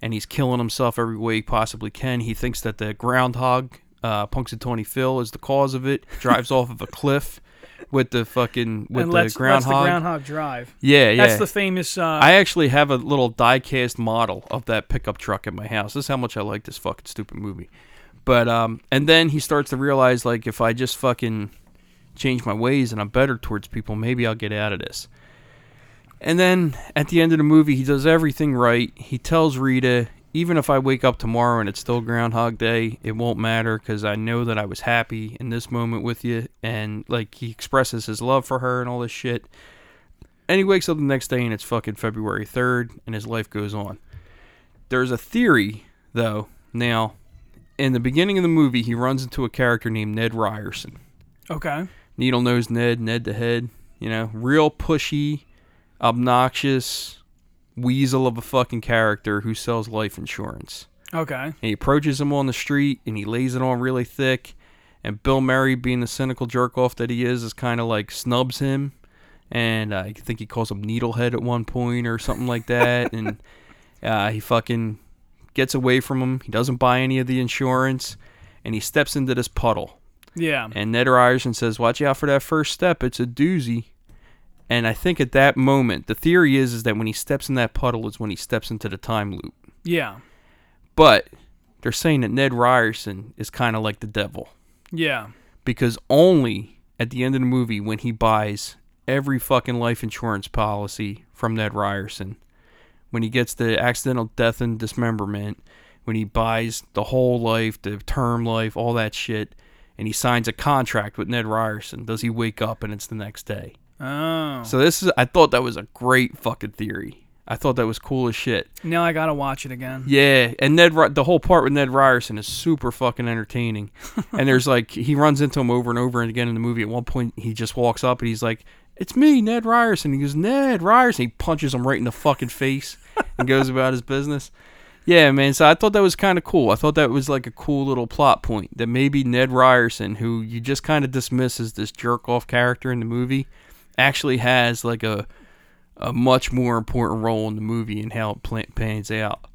and he's killing himself every way he possibly can. He thinks that the groundhog, uh, Punxsutawney Phil, is the cause of it. Drives off of a cliff with the fucking with and the let's, groundhog. let's the groundhog drive. Yeah, yeah. That's the famous. Uh, I actually have a little die-cast model of that pickup truck at my house. This is how much I like this fucking stupid movie. But um, and then he starts to realize like if I just fucking change my ways and I'm better towards people, maybe I'll get out of this. And then at the end of the movie, he does everything right. He tells Rita, even if I wake up tomorrow and it's still Groundhog Day, it won't matter because I know that I was happy in this moment with you. And like he expresses his love for her and all this shit. And he wakes up the next day and it's fucking February 3rd and his life goes on. There's a theory, though, now. In the beginning of the movie, he runs into a character named Ned Ryerson. okay. Needle Nose Ned, Ned the Head, you know, real pushy, obnoxious weasel of a fucking character who sells life insurance. Okay. And he approaches him on the street and he lays it on really thick. And Bill Murray, being the cynical jerk off that he is, is kind of like snubs him. And uh, I think he calls him Needlehead at one point or something like that. and uh, he fucking gets away from him. He doesn't buy any of the insurance. And he steps into this puddle. Yeah. And Ned Ryerson says, "Watch out for that first step; it's a doozy." And I think at that moment, the theory is is that when he steps in that puddle is when he steps into the time loop. Yeah. But they're saying that Ned Ryerson is kind of like the devil Yeah. because only at the end of the movie when he buys every fucking life insurance policy from Ned Ryerson, when he gets the accidental death and dismemberment, when he buys the whole life, the term life, all that shit, and he signs a contract with Ned Ryerson, does he wake up and it's the next day? Oh. So this is I thought that was a great fucking theory. I thought that was cool as shit. Now I gotta watch it again. Yeah, and Ned, Ry- the whole part with Ned Ryerson is super fucking entertaining. and there's like he runs into him over and over and again in the movie. At one point, he just walks up and he's like, "It's me, Ned Ryerson." He goes, "Ned Ryerson." He punches him right in the fucking face and goes about his business. Yeah, man. So I thought that was kind of cool. I thought that was like a cool little plot point that maybe Ned Ryerson, who you just kind of dismiss as this jerk off character in the movie, actually has like a a much more important role in the movie and how it pla- pans out.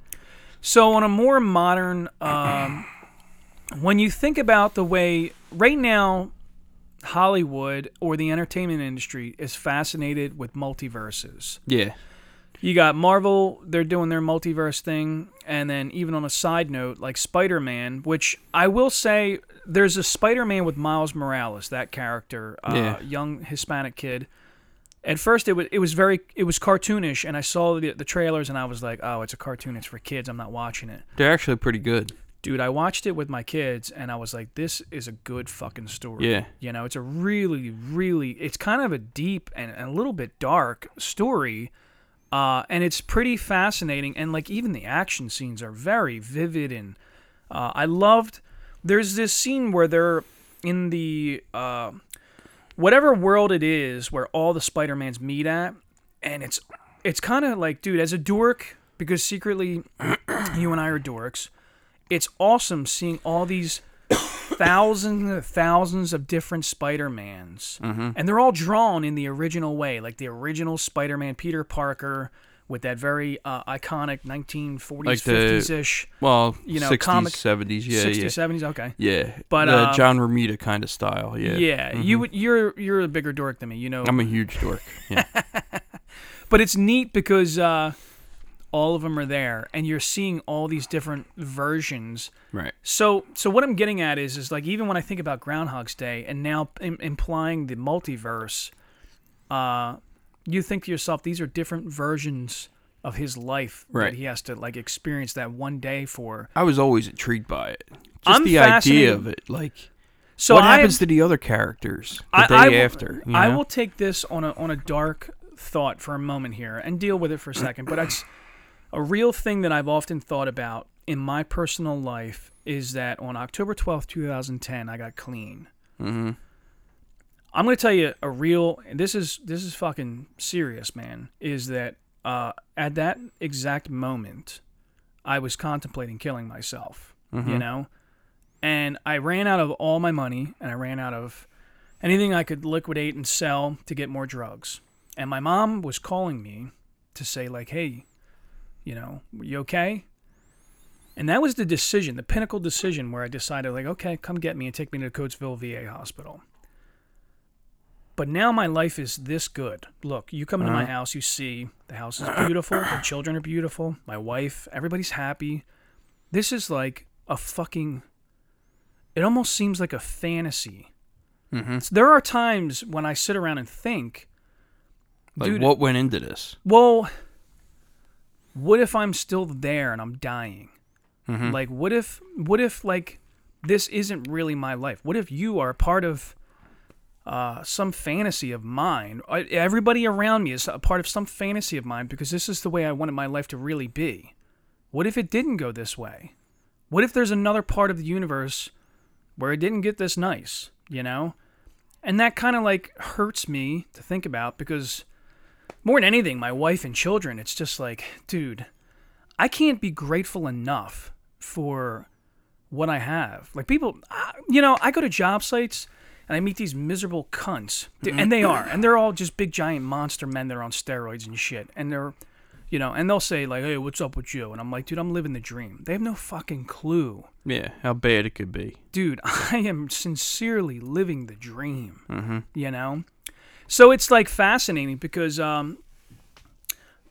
So on a more modern, um, when you think about the way right now, Hollywood or the entertainment industry is fascinated with multiverses. Yeah. You got Marvel, they're doing their multiverse thing, and then even on a side note, like Spider Man, which I will say there's a Spider Man with Miles Morales, that character, uh, Yeah. young Hispanic kid. At first, it was it was very it was cartoonish, and I saw the, the trailers, and I was like, "Oh, it's a cartoon. It's for kids. I'm not watching it." They're actually pretty good. Dude, I watched it with my kids and I was like, this is a good fucking story. Yeah. You know, it's a really, really, it's kind of a deep and and a little bit dark story. Uh, and it's pretty fascinating. And like, even the action scenes are very vivid. And uh, I loved, there's this scene where they're in the, uh, whatever world it is where all the Spider-Mans meet at. And it's, it's kind of like, dude, as a dork, because secretly you and I are dorks it's awesome seeing all these thousands and thousands of different Spider-Mans. Mm-hmm. And they're all drawn in the original way, like the original Spider-Man Peter Parker with that very uh, iconic 1940s, Like the- 50s-ish, Well, You know, 60s, comic- 70s, yeah, 60s, yeah. 70s. Okay. Yeah, But, the uh, John Romita kind of style. Yeah, Mm-hmm. Yeah, you would, you're you're a bigger dork than me, you know. I'm a huge dork. Yeah, but it's neat because uh, all of them are there, and you're seeing all these different versions right. So, so what I'm getting at is, is like even when I think about Groundhog's Day, and now Im- implying the multiverse, uh, you think to yourself, these are different versions of his life Right. that he has to like experience that one day for. I was always intrigued by it. Just I'm the idea fascinated- of it, like So what I happens to the other characters the I- day I will- after. you I know? will take this on a on a dark thought for a moment here and deal with it for a second, but it's a real thing that I've often thought about in my personal life is that on October 12th, 2010, I got clean. Mm-hmm. I'm going to tell you a real and this is this is fucking serious, man, is that uh, at that exact moment I was contemplating killing myself, Mm-hmm. you know? And I ran out of all my money and I ran out of anything I could liquidate and sell to get more drugs. And my mom was calling me to say, like, hey, you know, you okay? And that was the decision, the pinnacle decision where I decided, like, okay, come get me and take me to Coatesville VA hospital. But now my life is this good. Look, you come into my house, you see the house is beautiful, the children are beautiful, my wife, everybody's happy. This is like a fucking. It almost seems like a fantasy Mm-hmm. so there are times when I sit around and think, like dude- what went into this? well, what if I'm still there and I'm dying? Mm-hmm. Like, what if, what if, like, this isn't really my life? What if you are a part of uh, some fantasy of mine? I, everybody around me is a part of some fantasy of mine because this is the way I wanted my life to really be. What if it didn't go this way? What if there's another part of the universe where it didn't get this nice, you know? And that kind of like hurts me to think about because more than anything, my wife and children, it's just like, dude, I can't be grateful enough for what I have. Like people, I- you know, I go to job sites and I meet these miserable cunts, dude, and they are, and they're all just big giant monster men that are on steroids and shit, and they're, you know, and they'll say like, hey, what's up with you? And I'm like, dude, I'm living the dream. They have no fucking clue Yeah, how bad it could be. dude, I am sincerely living the dream. You know, so it's like fascinating because um,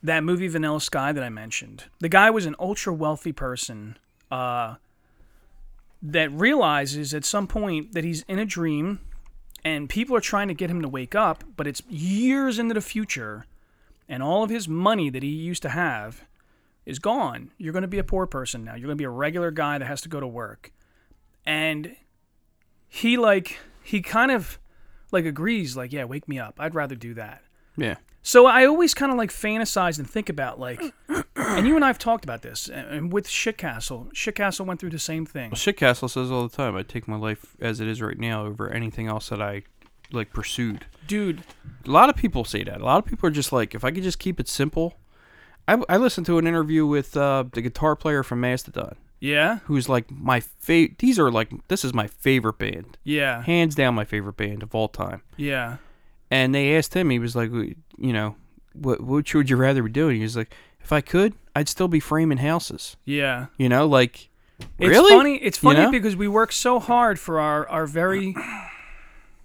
that movie Vanilla Sky that I mentioned, the guy was an ultra wealthy person uh, that realizes at some point that he's in a dream, and people are trying to get him to wake up, but it's years into the future, and all of his money that he used to have. Is gone. You're going to be a poor person now. You're going to be a regular guy that has to go to work and he like he kind of like agrees like yeah wake me up i'd rather do that Yeah, so i always kind of like fantasize and think about like and you and i've talked about this and- and with shitcastle shitcastle went through the same thing well, Shitcastle says all the time, "I take my life as it is right now over anything else that I like pursued." dude a lot of people say that. A lot of people are just like, if I could just keep it simple. I, I listened to an interview with uh, the guitar player from Mastodon, yeah who's like my favorite. These are like this is my favorite band, yeah hands down my favorite band of all time. yeah And they asked him, he was like, "W- you know, what what would you rather be doing? He was like, if I could, I'd still be framing houses. yeah You know, like It's really funny. It's You funny know? because we work so hard for our our very.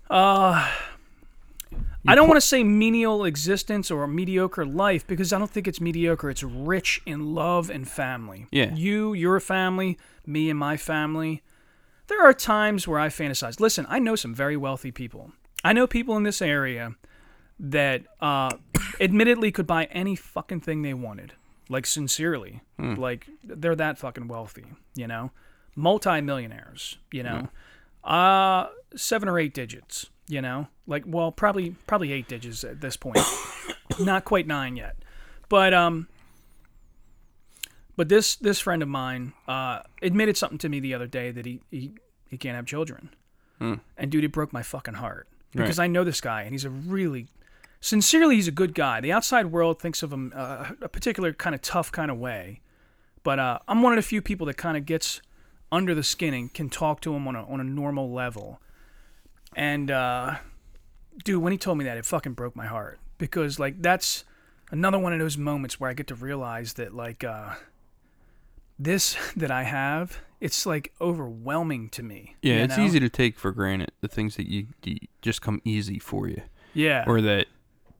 Uh, I don't want to say menial existence or mediocre life because I don't think it's mediocre. It's rich in love and family. Yeah. You, your family, me and my family. There are times where I fantasize. Listen, I know some very wealthy people. I know people in this area that uh, admittedly could buy any fucking thing they wanted. Like, sincerely. Like, they're that fucking wealthy, you know? multi-millionaires, you know, uh, seven or eight digits, you know, like well, probably probably eight digits at this point, not quite nine yet, but um, but this this friend of mine uh, admitted something to me the other day that he he, he can't have children, and dude, it broke my fucking heart because I know this guy and he's a really sincerely he's a good guy. The outside world thinks of him uh, a particular kind of tough kind of way, but uh, I'm one of the few people that kind of gets under the skin and can talk to him on a on a normal level. And uh, dude, when he told me that, it fucking broke my heart because like that's another one of those moments where I get to realize that like uh, this that I have, it's like overwhelming to me. Yeah, you it's know? easy to take for granted the things that you, you just come easy for you, Yeah, or that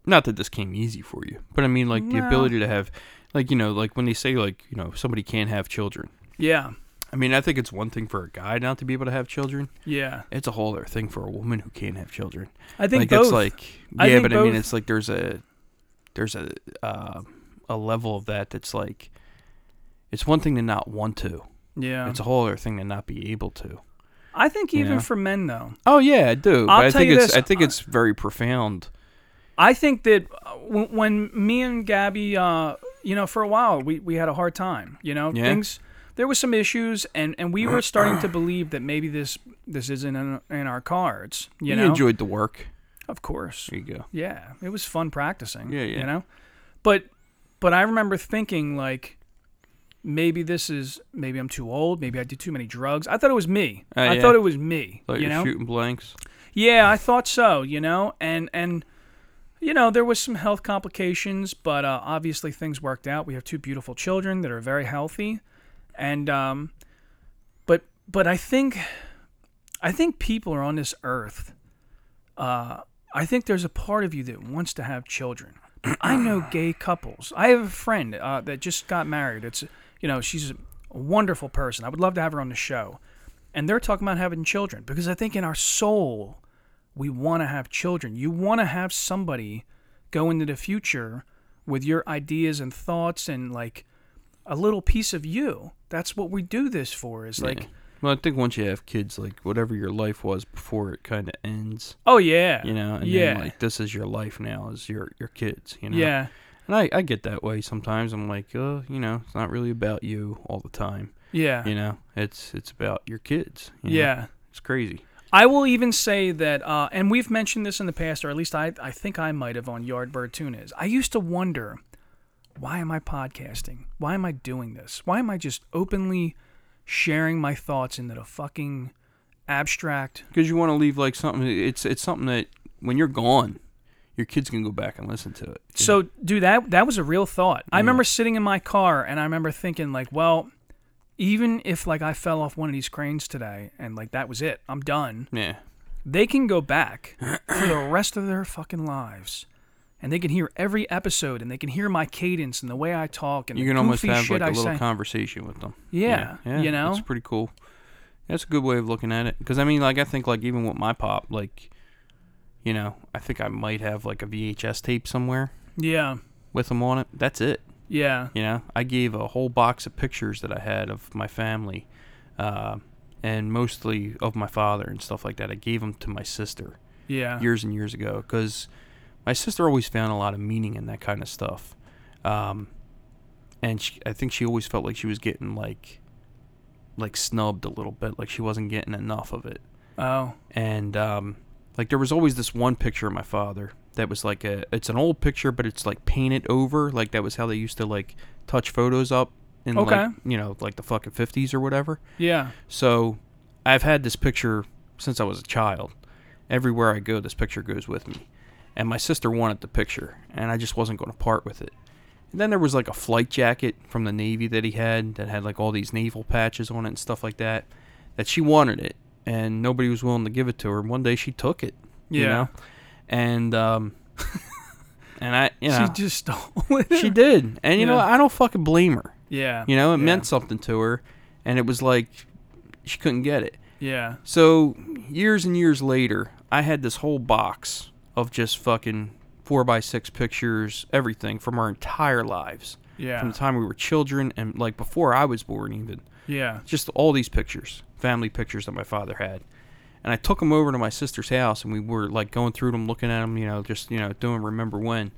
not that this came easy for you, but I mean like the ability to have, like you know, like when they say like you know somebody can't have children. yeah, I mean, I think it's one thing for a guy not to be able to have children. yeah. It's a whole other thing for a woman who can't have children. I think like both. it's like I yeah, think but I mean both. it's like there's a there's a uh, a level of that that's like it's one thing to not want to. yeah, It's a whole other thing to not be able to. I think even know? for men though, Oh yeah, I do. I'll but I tell think you it's this, I think I- it's very profound. I think that uh, when, when me and Gabby, uh, you know, for a while we, we had a hard time. You know, Yeah. things there was some issues, and, and we were starting to believe that maybe this this isn't in, in our cards. You, You, know, enjoyed the work. of course, There you go. yeah, it was fun practicing. Yeah, yeah. You know, but but I remember thinking like. Maybe this is maybe I'm too old. Maybe I did too many drugs. I thought it was me. Ah, I yeah. thought it was me. Like you you're know, shooting blanks. yeah, I thought so, you know, and and you know, there was some health complications, but uh, obviously things worked out. We have two beautiful children that are very healthy, and um, but but I think I think people are on this earth. Uh, I think there's a part of you that wants to have children. I know gay couples. I have a friend uh, that just got married. It's you know she's a wonderful person. I would love to have her on the show, and they're talking about having children because I think in our soul we want to have children. You want to have somebody go into the future with your ideas and thoughts and like a little piece of you. That's what we do this for. Is like, Yeah. Well, I think once you have kids, like whatever your life was before it kinda ends. oh yeah, You know, and yeah, then like this is your life now, is your your kids, you know. yeah, And I, I get that way sometimes. I'm like, uh, you know, it's not really about you all the time. yeah, You know, it's it's about your kids. you know? yeah. it's crazy. I will even say that, uh, and we've mentioned this in the past, or at least I, I think I might have on Yardbird Tunas. I used to wonder, why am I podcasting? Why am I doing this? Why am I just openly sharing my thoughts into the fucking abstract? Because you want to leave like something. It's it's something that when you're gone, your kids can go back and listen to it. So, dude, that that was a real thought. I remember sitting in my car and I remember thinking, like, well, even if like I fell off one of these cranes today and like that was it, I'm done. yeah, they can go back for the rest of their fucking lives and they can hear every episode and they can hear my cadence and the way I talk and you the can almost goofy have shit like a I little say. conversation with them. Yeah, you know? it's pretty cool. That's a good way of looking at it. Because I mean, like I think like even with my pop, like, you know, I think I might have like a VHS tape somewhere yeah. with them on it. That's it. Yeah. You know, I gave a whole box of pictures that I had of my family, uh, and mostly of my father and stuff like that. I gave them to my sister Yeah. years and years ago because my sister always found a lot of meaning in that kind of stuff, um, and she, I think she always felt like she was getting like, like snubbed a little bit, like she wasn't getting enough of it oh. and um, like there was always this one picture of my father that was like a it's an old picture but it's like painted over like that was how they used to like touch photos up in like Okay. you know like the fucking 50s or whatever Yeah. so i've had this picture since i was a child everywhere i go this picture goes with me and my sister wanted the picture and i just wasn't going to part with it and then there was like a flight jacket from the navy that he had that had like all these naval patches on it and stuff like that that she wanted it and nobody was willing to give it to her. One day she took it. You Yeah. know? And um and I you know She just stole it. she did. And you know, Yeah. I don't fucking blame her. yeah. You know, it yeah. meant something to her and it was like she couldn't get it. Yeah. So years and years later, I had this whole box of just fucking four by six pictures, everything from our entire lives Yeah. from the time we were children and like before I was born even. Yeah. just all these pictures, family pictures that my father had. And I took them over to my sister's house, and we were like going through them, looking at them, you know, just you know, doing remember when.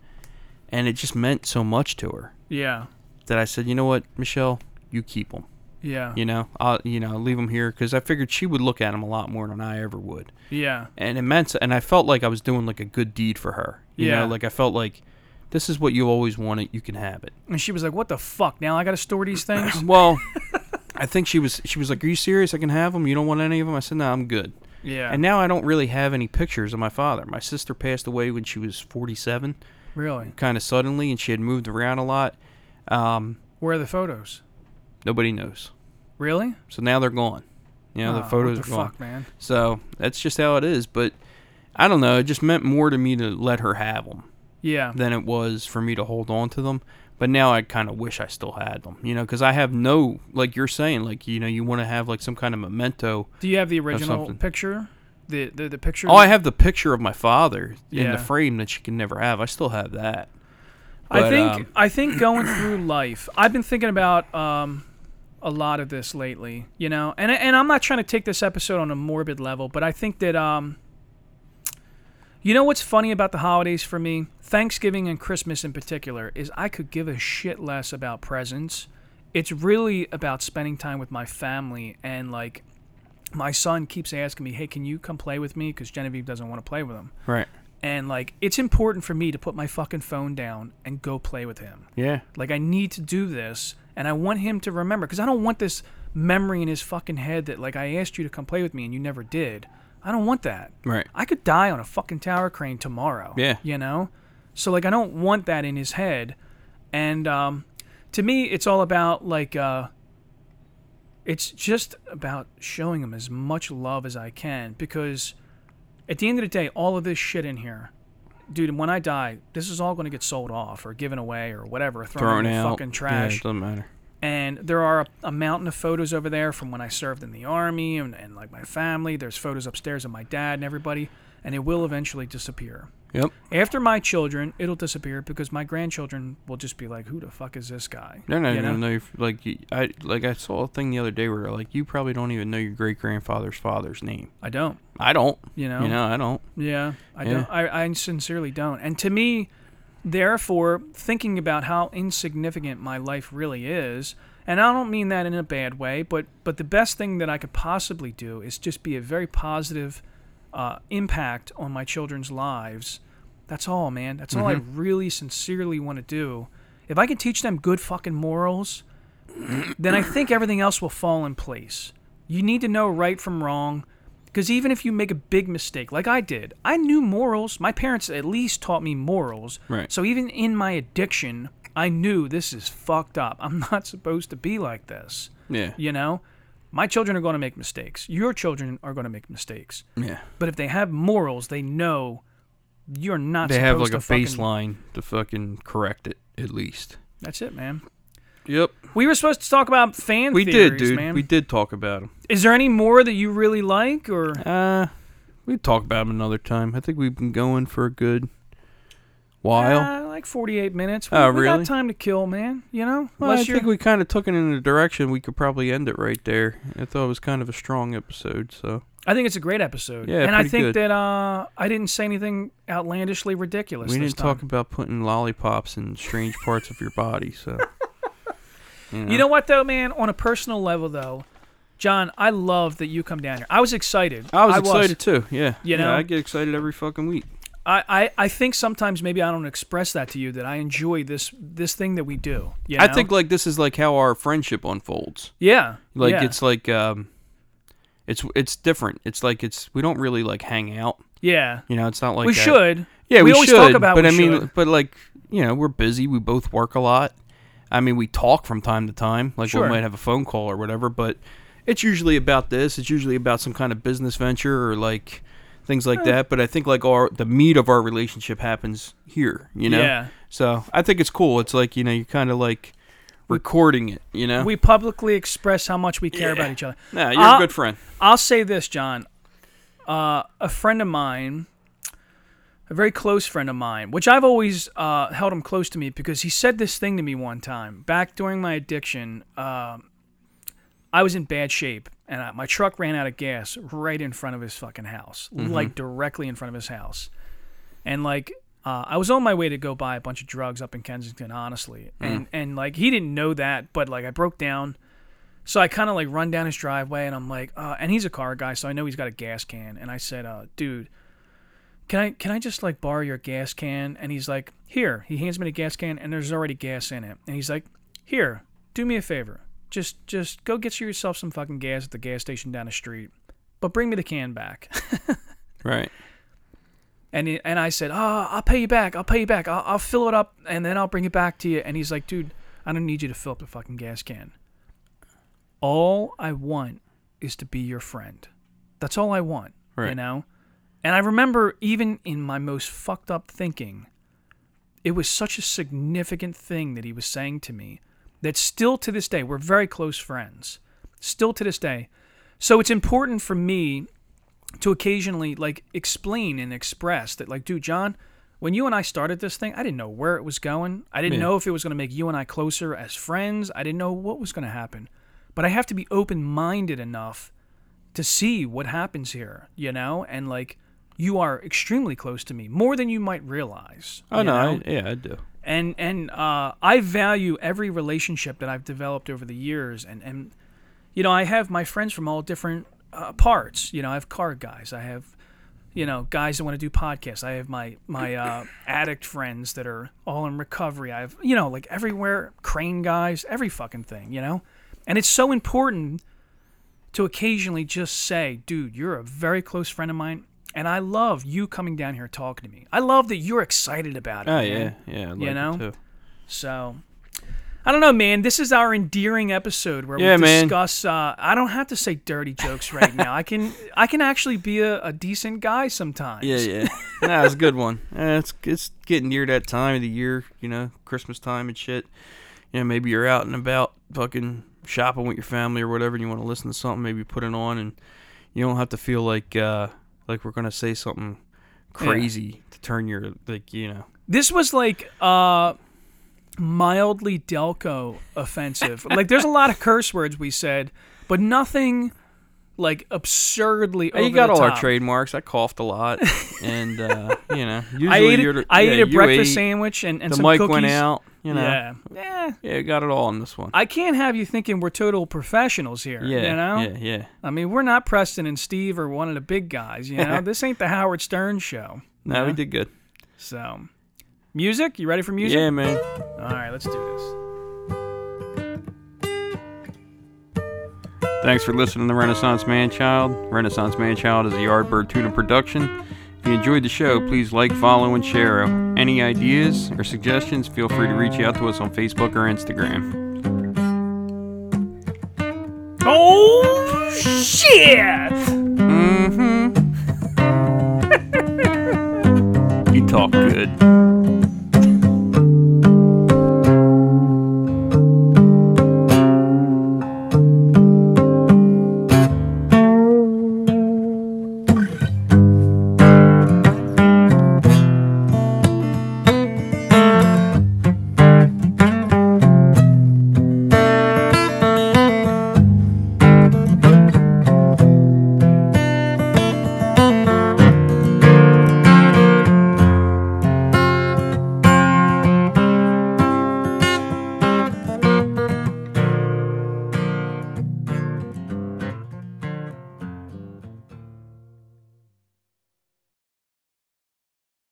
And it just meant so much to her Yeah. that I said, you know what, Michelle, you keep them. Yeah. You know, I'll you know leave them here because I figured she would look at them a lot more than I ever would. Yeah. And it meant, and I felt like I was doing like a good deed for her. You Yeah. know, like I felt like this is what you always wanted, you can have it. And she was like, "What the fuck? Now I got to store these things." Well, I think she was she was like, "Are you serious? I can have them. You don't want any of them?" I said, "No, I'm good." yeah. And now I don't really have any pictures of my father. My sister passed away when she was 47, really, kind of suddenly, and she had moved around a lot. Um, where are the photos? nobody knows. Really? So now they're gone. You know, Oh, the photos what the are gone. fuck, man. So that's just how it is. But I don't know. It just meant more to me to let her have them Yeah. than it was for me to hold on to them. But now I kind of wish I still had them, you know, because I have no, like you're saying, like, you know, you want to have like some kind of memento. Do you have the original something. picture? The the the picture. Oh, I have the picture of my father in Yeah. the frame that she can never have. I still have that. I But, think um, I think going through life, I've been thinking about um, a lot of this lately, you know. And I- and I'm not trying to take this episode on a morbid level, but I think that um, you know what's funny about the holidays for me, Thanksgiving and Christmas in particular, is I could give a shit less about presents. It's really about spending time with my family and like my son keeps asking me, "Hey, can you come play with me?" because Genevieve doesn't want to play with him. Right. And like, it's important for me to put my fucking phone down and go play with him. Yeah. Like, I need to do this, and I want him to remember because I don't want this memory in his fucking head that like I asked you to come play with me and you never did. I don't want that. Right. I could die on a fucking tower crane tomorrow. Yeah. You know? So like I don't want that in his head. And um to me it's all about like uh it's just about showing him as much love as I can because at the end of the day all of this shit in here dude when I die this is all going to get sold off or given away or whatever thrown, Thrown in the out. fucking Yeah, trash it doesn't matter. and there are a, a mountain of photos over there from when I served in the army and, and like my family. There's photos upstairs of my dad and everybody, and it will eventually disappear. Yep. After my children, it'll disappear because my grandchildren will just be like, "Who the fuck is this guy?" They're not You even know? gonna know. Your, like you, I like I saw a thing the other day where like you probably don't even know your great grandfather's father's name. I don't. I don't. You know? You know. I don't. Yeah, I Yeah. don't. I, I sincerely don't. And to me, therefore, thinking about how insignificant my life really is, and I don't mean that in a bad way, but but the best thing that I could possibly do is just be a very positive uh, impact on my children's lives. That's all, man. That's all I really sincerely want to do. If I can teach them good fucking morals, then I think everything else will fall in place. You need to know right from wrong. Because even if you make a big mistake, like I did, I knew morals. My parents at least taught me morals. Right. So even in my addiction, I knew this is fucked up. I'm not supposed to be like this. Yeah. You know? My children are going to make mistakes. Your children are going to make mistakes. Yeah. But if they have morals, they know you're not They supposed have like to a fucking- baseline to fucking correct it at least. That's it, man. Yep. We were supposed to talk about fan We theories, did, dude. man. We did talk about him. Is there any more that you really like or Uh, we talk about him another time. I think we've been going for a good while. Uh, like 48 minutes. We, Oh, we really? got time to kill, man. You know? Well, I Unless you're- think we kind of took it in a direction we could probably end it right there. I thought it was kind of a strong episode, so I think it's a great episode. Yeah, and I pretty think good. that uh, I didn't say anything outlandishly ridiculous. we this didn't talk time. about putting lollipops in strange parts of your body. So You know what, though, man? On a personal level, though, John, I love that you come down here. I was excited. I was excited too. Yeah, You Yeah, know? I get excited every fucking week. I, I, I think sometimes maybe I don't express that to you that I enjoy this this thing that we do. You I know? think like this is like how our friendship unfolds. yeah, Like yeah, it's like um, it's it's different. It's like it's we don't really like hang out. yeah. You know, it's not like we that. should. Yeah, we, always should, talk about. But we I mean, should. but like you know, we're busy. We both work a lot. I mean, we talk from time to time. Like Sure. we might have a phone call or whatever, but it's usually about this. It's usually about some kind of business venture or like things Eh. like that. But I think like our the meat of our relationship happens here. You know. Yeah. So I think it's cool. It's like you know, you're kind of like recording it. You know. we Ah. publicly express how much we care about each other. Uh, Nah, you're I'll- a good friend. I'll say this, John. Uh, a friend of mine, a very close friend of mine, which I've always uh, held him close to me because he said this thing to me one time back during my addiction. Um I was in bad shape, and I, my truck ran out of gas right in front of his fucking house, like directly in front of his house. And like, uh, I was on my way to go buy a bunch of drugs up in Kensington, honestly, and and like he didn't know that, but like I broke down, so I kind of like run down his driveway, and I'm like, uh, and he's a car guy, so I know he's got a gas can, and I said, uh, dude. Can I can I just like borrow your gas can? And he's like, here. He hands me the gas can, and there's already gas in it. And he's like, here, do me a favor. Just just go get yourself some fucking gas at the gas station down the street, but bring me the can back. Right. and he, and I said, oh, I'll pay you back. I'll pay you back. I'll, I'll fill it up and then I'll bring it back to you. And he's like, dude, I don't need you to fill up the fucking gas can. All I want is to be your friend. That's all I want. You Right. know. And I remember even in my most fucked up thinking, it was such a significant thing that he was saying to me that still to this day, we're very close friends. Still to this day. So it's important for me to occasionally like explain and express that, like, dude, John, when you and I started this thing, I didn't know where it was going. I didn't Yeah. know if it was going to make you and I closer as friends. I didn't know what was going to happen. But I have to be open minded enough to see what happens here, you know? And like, you are extremely close to me, more than you might realize. Oh you no, know? I, yeah, I do. and and uh, I value every relationship that I've developed over the years, and and you know I have my friends from all different uh, parts. You know I have car guys, I have you know guys that want to do podcasts, I have my my uh, addict friends that are all in recovery. I have you know like everywhere crane guys, every fucking thing, you know, and it's so important to occasionally just say, dude, you're a very close friend of mine. And I love you coming down here talking to me. I love that you're excited about it. Oh man. yeah, yeah. I like it know? too. So I don't know, man. This is our endearing episode where Yeah, we man. discuss. Uh, I don't have to say dirty jokes right now. I can I can actually be a, a decent guy sometimes. Yeah, yeah. nah, it's a good one. Uh, it's it's getting near that time of the year, you know, Christmas time and shit. You know, maybe you're out and about fucking shopping with your family or whatever and you want to listen to something, maybe put it on and you don't have to feel like uh like we're gonna say something crazy to turn your like you know This was like uh, mildly Delco offensive. like there's a lot of curse words we said, but nothing like absurdly. Hey, over you got the all our top. trademarks. I coughed a lot, and uh, you know, usually I ate, you're the, a- I yeah, ate a you breakfast ate, sandwich and, and The some mic cookies. went out. You know, yeah, Yeah. Yeah. yeah, got it all on this one. I can't have you thinking we're total professionals here. yeah, You know? yeah, yeah. I mean, we're not Preston and Steve or one of the big guys, you know? this ain't the Howard Stern show. No, we did good. So, music? You ready for music? Yeah, man. All right, let's do this. Thanks for listening to Renaissance Man Child. Renaissance Man Child is a Yardbird Tuna production. If you enjoyed the show, please like, follow, and share. Any ideas or suggestions, feel free to reach out to us on Facebook or Instagram. Oh, shit! Mm-hmm. you talk good.